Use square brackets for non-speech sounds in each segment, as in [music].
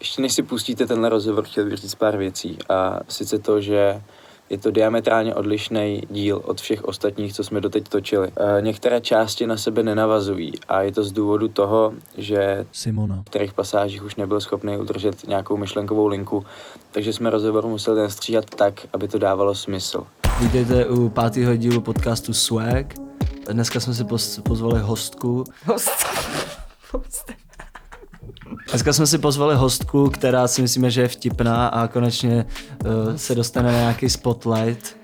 Ještě než si pustíte tenhle rozhovor, chtěl bych říct pár věcí. A sice to, že je to diametrálně odlišný díl od všech ostatních, co jsme doteď točili. E, některé části na sebe nenavazují a je to z důvodu toho, že Simona. v kterých pasážích už nebyl schopný udržet nějakou myšlenkovou linku, takže jsme rozhovor museli nastříhat tak, aby to dávalo smysl. Vítejte u pátého dílu podcastu Swag. Dneska jsme si pos- pozvali hostku. Host. Host. Dneska jsme si pozvali hostku, která si myslíme, že je vtipná a konečně uh, se dostane na nějaký spotlight.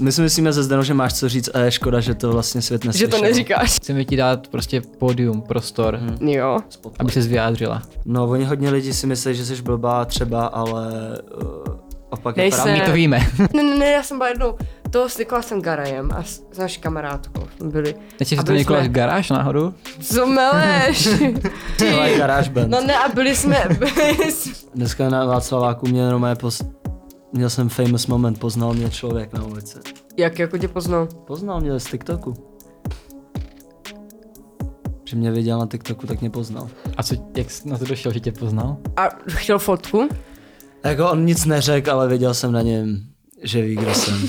My si myslíme ze Zdenu, že máš co říct a je škoda, že to vlastně svět Že neslyšel. to neříkáš. Chceme ti dát prostě pódium, prostor, hmm. Jo. aby se vyjádřila. No, oni hodně lidí si myslí, že jsi blbá třeba, ale uh, opak je Nejsem. pravda. A my [laughs] to víme. Ne, ne, ne, já jsem byla jednou toho s Nikolasem Garajem a s, s naší kamarádkou jsme byli. Nechci A si to byli Nikolas jsme- garáž náhodou? Co meleš? Ty. Ale garáž band. No ne, a byli jsme, [laughs] byli jsme Dneska na Václaváku mě jenom pos... Měl jsem famous moment, poznal mě člověk na ulici. jak jako tě poznal? Poznal mě z TikToku. Že mě viděl na TikToku, tak mě poznal. A co, jak jsi na to došel, že tě poznal? A chtěl fotku? Jako on nic neřekl, ale věděl jsem na něm, že ví, kdo jsem.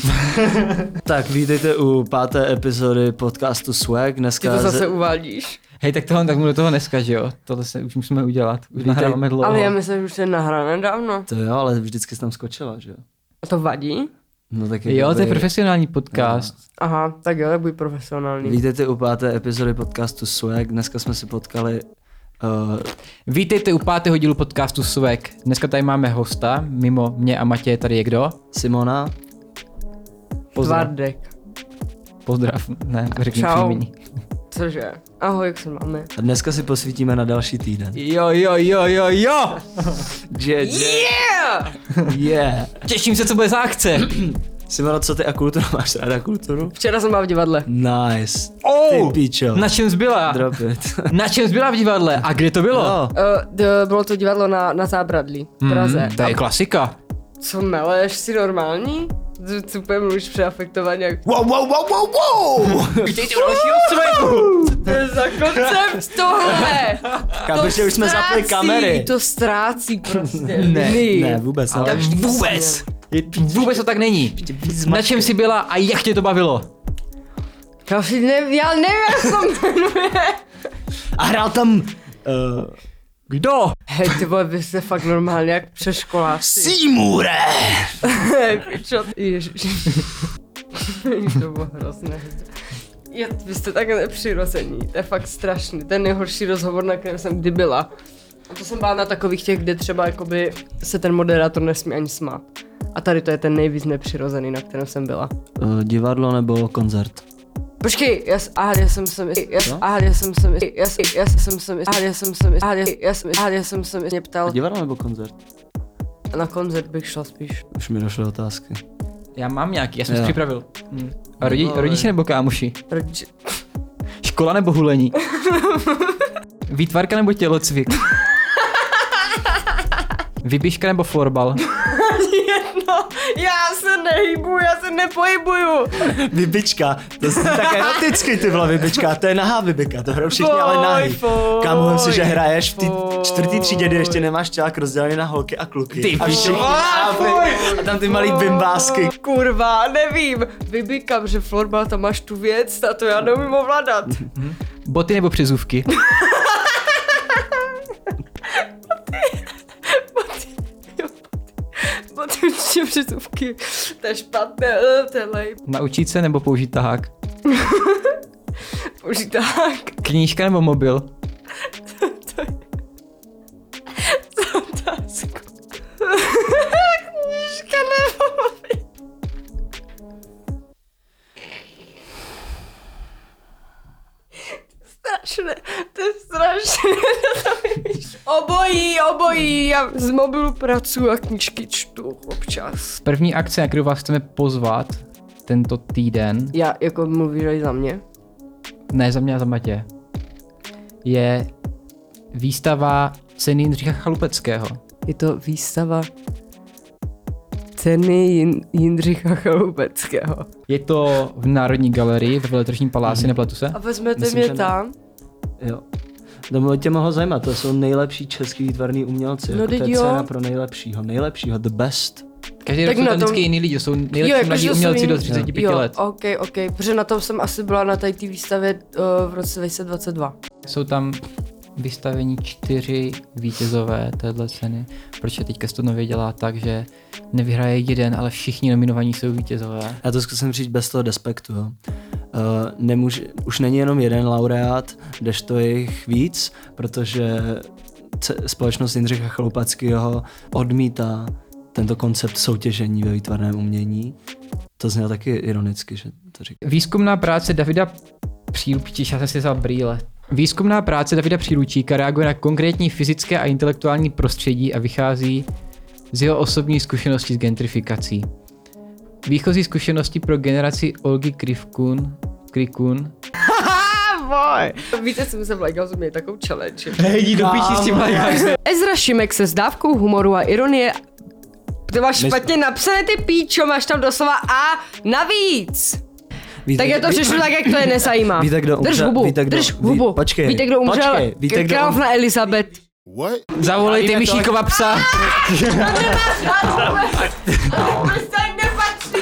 tak vítejte u páté epizody podcastu Swag. Ty Dneska to ze- zase uvádíš. Hej, tak tohle, tak mu do toho dneska, že jo? Tohle se už musíme udělat. Už nahráváme dlouho. Ale já myslím, že už se nahrál nedávno. To jo, ale vždycky jsem tam skočila, že jo? A to vadí? No tak Jo, to je jakoby- profesionální podcast. Aha, tak jo, tak buď profesionální. Vítejte u páté epizody podcastu Swag. Dneska jsme se potkali uh, Vítejte u pátého dílu podcastu Svek. Dneska tady máme hosta, mimo mě a Matěje tady je kdo? Simona. Pozdrav. Tvardek. Pozdrav. Ne, řekni Čau. příjmení. Cože? Ahoj, jak se máme? A dneska si posvítíme na další týden. Jo, jo, jo, jo, jo! Je, Yeah! je. Těším se, co bude za akce. Simona, co ty a kulturu máš ráda kulturu? Včera jsem byla v divadle. Nice. Oh! Ty pičo. Na čem zbyla? Drop it. Na čem zbyla v divadle? A kde to bylo? No, Uh, d- bylo to divadlo na, na Zábradlí Mhm, v Praze. Hmm, to je klasika. Co meleš, jsi normální? Ty- Ty úplně mluvíš přeafektovaně jak Wow, wow, wow, wow, wow! Vítejte u dalšího Sveku. to je za koncept tohle! Kámoši, už jsme zapli ztrácí, kamery. To ztrácí prostě. Ne, Lidi. [laughs] Ne, vůbec, Ale ale... vůbec. Vůbec to tak není. Na čem jsi byla a jak tě to bavilo? Já, si ne, já nevím, jak se to jmenuje. A hrál tam... Uh, Kdo? Hej, ty vole, vy jste fakt normálně jak přeškoláci. Seymoure! Hej, pičo, ježiš. to bylo hrozné. Je, vy jste tak nepřirození, to je fakt strašný. To je nejhorší rozhovor, na kterém jsem kdy byla. A to jsem byla na takových těch, kde třeba jakoby se ten moderátor nesmí ani smát. A tady to je ten nejvíc nepřirozený, na kterém jsem byla. Uh, divadlo nebo koncert? Počkej, já jsem, aha, já jsem jsem, já jsem, aha, já jsem jsem, já jsem, já jsem jsem, aha, já jsem jsem, aha, já jsem, aha, já jsem jsem, mě ptal, Divadlo nebo koncert? na koncert bych šla spíš. Už mi došly otázky. Já mám nějaký, já jsem Jo. si připravil. Hm. A rodi, Vole. rodiče nebo kámoši? Proč? Škola nebo [laughs] hulení? Výtvarka nebo tělocvik? Vybíška nebo florbal? Jedno, já se nehybu, já se nepohybuju. Vybička, to jsou [laughs] tak eroticky ty vole vybička, to je nahá vybika, to hrajou všichni, ale nahý. Foj, Kámo, si, že hraješ v té foj. čtvrtý třídě, kdy ještě nemáš čelák rozdělený na holky a kluky. Ty a všichni vole, nápy, a tam ty malý bimbásky. Kurva, nevím. Vybíkám, že florbal tam máš tu věc a to já [laughs] neumím ovládat. Boty nebo přezůvky? Potom čím přizůvky. To je špatné, eh, to je lej. Naučit se nebo použít tahák? Boží tak. Knížka nebo mobil? otázku. Knížka nebo mobil? Strašné, to je strašné. [laughs] obojí, obojí. Já z mobilu pracuji a knížky čtu občas. První akce, na kterou vás chceme pozvat tento týden, Já jako mluvíš i za mě? ne za mě a za Matě, je výstava ceny Jindřicha Chalupeckého. Je to výstava ceny Jin- Jindřicha Chalupeckého. Je to Mhm. v Národní galerii ve Veletržním paláci, nepletu se? A vezmete Myslím, mě že ne. tam? Jo. To by tě mohlo zajímat, to jsou nejlepší český výtvarný umělci. No jako to teď je jo. cena pro nejlepšího, nejlepšího, the best. Každý Tak rok jsou na tam tom- vždycky jiný lidi, to jsou nejlepší jako, že mladí jsou umělci do jiní. 35 Jo, let. ok, ok, protože na tom jsem asi byla na tady té výstavě uh, v roce 2022. Jsou tam vystavení čtyři vítězové téhle ceny, protože teďka se to nově dělá tak, že nevyhraje jeden, ale všichni nominovaní jsou vítězové. Já to zkusím říct bez toho despektu. Jo. Uh, nemůže, už není jenom jeden laureát, kdežto je jich víc, protože ce- společnost Jindřicha Chalupackého odmítá tento koncept soutěžení ve výtvarném umění. To znělo taky ironicky, že to říkám. Výzkumná práce Davida Příručíka, já jsem si vzal brýle. Výzkumná práce Davida Příručíka reaguje na konkrétní fyzické a intelektuální prostředí a vychází z jeho osobní zkušenosti s gentrifikací. Výchozí zkušenosti pro generaci Olgy Krivkun, Krikun. [laughs] Víte, jsem se v Legals měl takovou challenge. Hej, do píči s tím [laughs] Ezra Šimek se s dávkou humoru a ironie ty máš My- špatně napsané ty píčo, máš tam doslova a navíc. Víte, Tak já to přečtu tak, jak to je nezajímá. Víte, kdo Drž umřel- hubu, víte, kdo- drž ví- hubu. počkej, víte, kdo umřel? počkej, víte, kdo um- Královna Elizabeth. What? Zavolejte Myšíkova psa.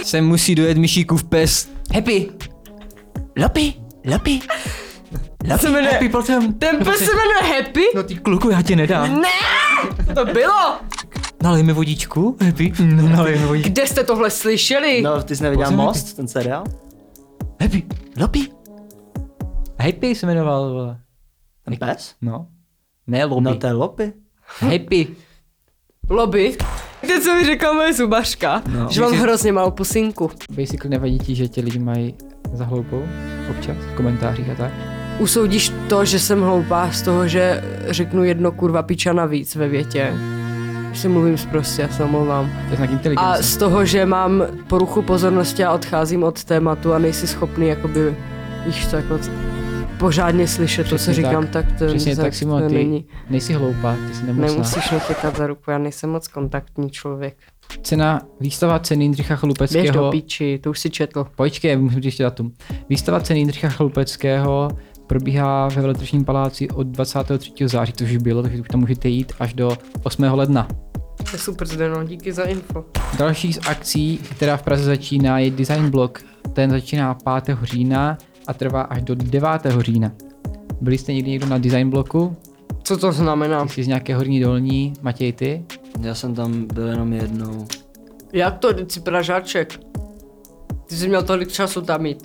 Se musí dojet Myšíkův pes. Happy. Lopy. Lopy. Se jmenuje- Happy potom. Ten pes se jmenuje Happy? [laughs] No ty kluku, já tě nedám. Ne! To bylo! Nalej mi vodičku, Happy. No, nalej mi vodičku. Kde jste tohle slyšeli? No, ty jsi neviděl Pozor, Most, ten seriál? Happy. Lopy. Happy se jmenoval, vole. Ten pes? No. Ne, Lopy. No, to je Lopy. Happy. Lobby. Víte, co mi řekla moje zubařka? No. Že mám hrozně malou pusinku. Basically nevadí ti, že tě lidi mají za hloupou občas v komentářích a tak. Usoudíš to, že jsem hloupá z toho, že řeknu jedno kurva piča navíc ve větě. Už si mluvím zprostě, já se omlouvám. To je znak inteligence. A z toho, že mám poruchu pozornosti a odcházím od tématu a nejsi schopný, jakoby, víš to, jako pořádně slyšet to, co Přesně říkám, tak. tak, to, Přesně tak tak, to Simon, ty není. nejsi hloupá, ty jsi nemocná. Nemusíš mě chytat za ruku, já nejsem moc kontaktní člověk. Cena, výstava ceny Jindřicha Běž do Chlupeckého. píči, to už si četl. Počkej, musím říct datum. Výstava ceny Jindřicha Chlupeckého probíhá ve Veletržním paláci od 23. září, což už bylo, takže už tam můžete jít až do 8. ledna. To je super, Zdeno, díky za info. Další z akcí, která v Praze začíná, je Design Block. Ten začíná 5. října a trvá až do 9. října. Byli jste někdy někdo na Design Blocku? Co to znamená? Jsi z nějaké horní dolní, Matěj, ty? Já jsem tam byl jenom jednou. Jak to, ty jsi pražáček? Ty jsi měl tolik času tam jít.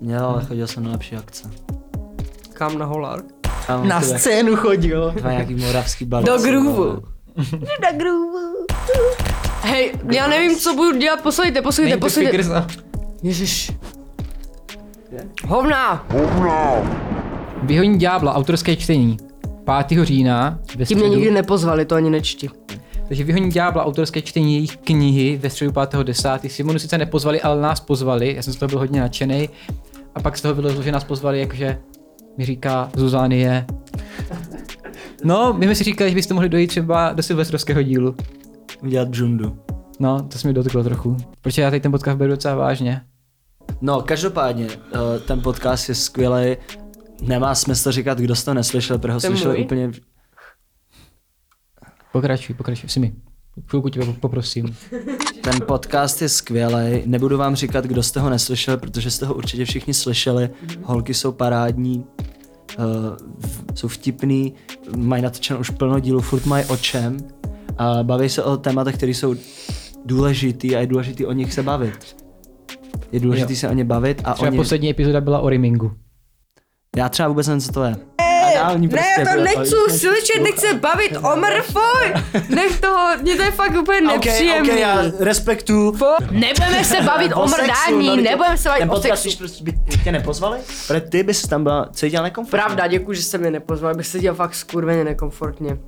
Měl, ale chodil jsem Hmm. na lepší akce. Kam na holár? Tam na scénu chodil. Dva nějaký moravský balík. Do groovu. Na groovu. Hej, já nevím, co budu dělat, poslouchejte, poslouchejte, poslouchejte. Ježiš. Hovna! Vyhoní ďábla, autorské čtení. 5. října ve Ti mě středu. nikdy nepozvali, to ani nečti. Takže Vyhoní ďábla, autorské čtení jejich knihy ve středu 5.10. Simonu sice nepozvali, ale nás pozvali, já jsem z toho byl hodně nadšený. A pak z toho bylo, že nás pozvali, jakože mi říká Zuzánie. No, my jsme si říkali, že byste mohli dojít třeba do silvestrovského dílu. Udělat bžundu. No, to se mi dotklo trochu. Protože já teď ten podcast beru docela vážně. No, každopádně, eh, ten podcast je skvělý. Nemá smysl říkat, kdo jsi to neslyšel, protože ho To je slyšel můj? úplně... v- Pokračuj, pokračuj, Simi. Chvilku tě poprosím. Ten podcast je skvělý. Nebudu vám říkat, kdo jste ho neslyšel, protože jste ho určitě všichni slyšeli. Holky jsou parádní, eh, v- jsou vtipný, mají natočeno už plno dílu, furt mají o čem. A baví se o tématech, které jsou důležitý a je důležitý o nich se bavit. Je důležitý Jo. se o ně bavit a Třeba o ně... poslední epizoda byla o rimingu. Já třeba vůbec nevím, co to je. Ne, prostě prostě slyšet, nechci bavit o mrfoj! Nech toho, mě to je fakt úplně Okay, okay, já respektu. Nebudeme se bavit o mrdání, nebudeme se bavit no, Ten o podcast sexu. už prostě by tě nepozvali, protože ty bys tam byla cítila nekomfortně. Pravda, děkuji, že se mě nepozval, bych se dělal fakt skurveně nekomfortně.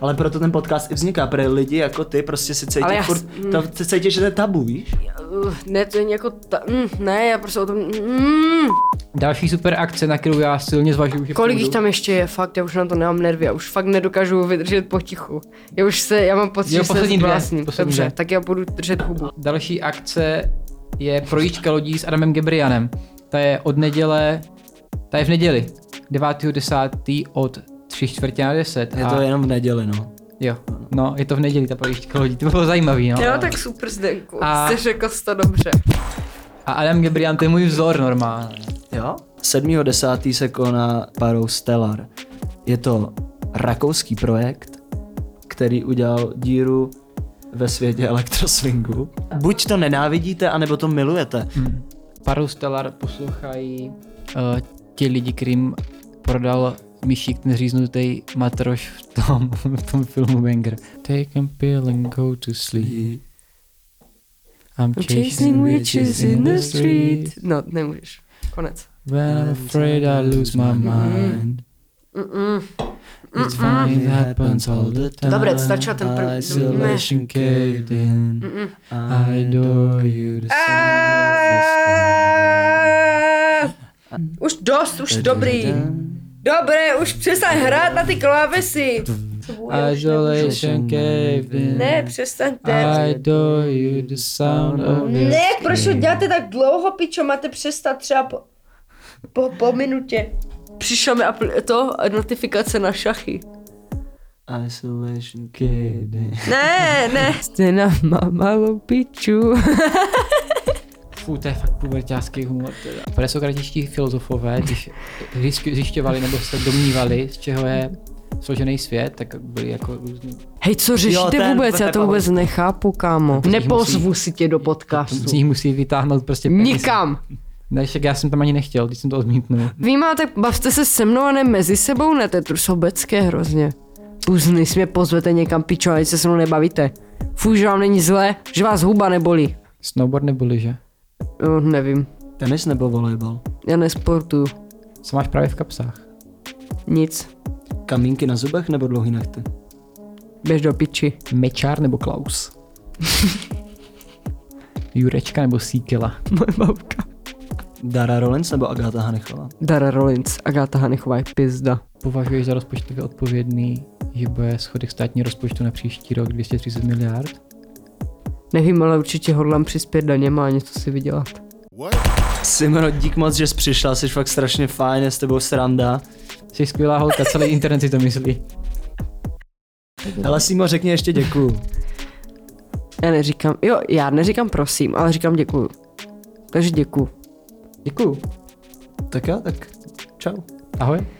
Ale proto ten podcast i vzniká, protože lidi jako ty prostě si cítí Ale já- mm. furt, to, ty cítí, že to je tabu, víš? Uh, ne, to je jako ta, mm, ne, já prostě o tom, mm, Další super akce, na kterou já silně zvažuju, že kolik půjdu. jich tam ještě je, fakt, já už na to nemám nervy, já už fakt nedokážu vydržet potichu. Já už se, já mám pocit, Jo, že se poslední dvě, zblázním. poslední Dobře, dvě. tak já budu držet hubu. Další akce je projížďka lodí s Adamem Gebrianem. Ta je od neděle, ta je v neděli. 9.10. od 3 čtvrtě na 10. Je a... to jenom v neděli, no. Jo, no, je to v neděli, ta polívka hodí. To by bylo zajímavý, no. Jo, tak super, Zdenku. A- Jsi řekl jsi to dobře. A Adam Gebriant to je můj vzor normálně. Jo? 7.10. se koná parou Stellar. Je to rakouský projekt, který udělal díru ve světě elektroswingu. Buď to nenávidíte, anebo to milujete. Mm. Paru Stellar poslouchají uh, ti lidi, kterým prodal myšík ten říznutý matroš v tom, [laughs] v tom filmu Banger. Take a pill and go to sleep. I'm chasing witches in the street. No, nemůžeš. Konec. When I'm afraid I lose my mind. Mm-mm. It's Mm. fine, it happens all the time. Dobré, stačilo ten první. Isolation caved in. Mm-mm. I adore you. The Aaaaaaah! Eh, Už dost, už dobrý. Dobré, už přestaň hrát na ty klávesy. Isolation caved in. Ne, přestaňte. I adore you, the sound of your Ne, proč to děláte tak dlouho, pičo? Máte přestat třeba po, po, po minutě. Přišla mi apl- to notifikace na šachy. Isolation kid. Ne, ne. Jste na malou piču. Fú, to je fakt pubertácký humor teda. Presokratičtí filozofové, když zjišť- zjišťovali nebo se domnívali, z čeho je složený svět, tak byli jako různý. Hej, co řešíte ten vůbec? Já to Pepa vůbec nechápu, kámo. Nepozvu si tě do Z podcastu. nich musí vytáhnout prostě peníze. Ne, však já jsem tam ani nechtěl, když jsem to odmítnul. Vy máte, bavte se se mnou a ne mezi sebou, ne, to je trusobecké hrozně. Puzny, si mě pozvete někam pičo, ať se se mnou nebavíte. Fůj, že vám není zlé, že vás huba nebolí. Snowboard neboli, že? No, nevím, Tenis nebo volejbal? já nesportuju. Co máš právě v kapsách? Nic, Kamínky na zubech nebo dlouhý nechty? běž do piči. Mečár nebo Klaus? [laughs] Jurečka nebo Síkela? Moje babka. Dara Rollins nebo Agáta Hanechová? Dara Rollins, Agáta Hanechová je pizda. Považuješ za rozpočtově odpovědný, že bude schodek státního rozpočtu na příští rok 230 miliard? Nevím, ale určitě hodlám přispět daněma a něco si vydělat. Simro, dík moc, že jsi přišla, jsi fakt strašně fajn, je s tebou sranda. Jsi skvělá holka, celý internet si to myslí. Hele, Simo, řekni ještě děkuju. Já neříkám, jo, já neříkám prosím, ale říkám děkuju. Takže děkuju. Děkuju. Tak jo, tak čau. Ahoj.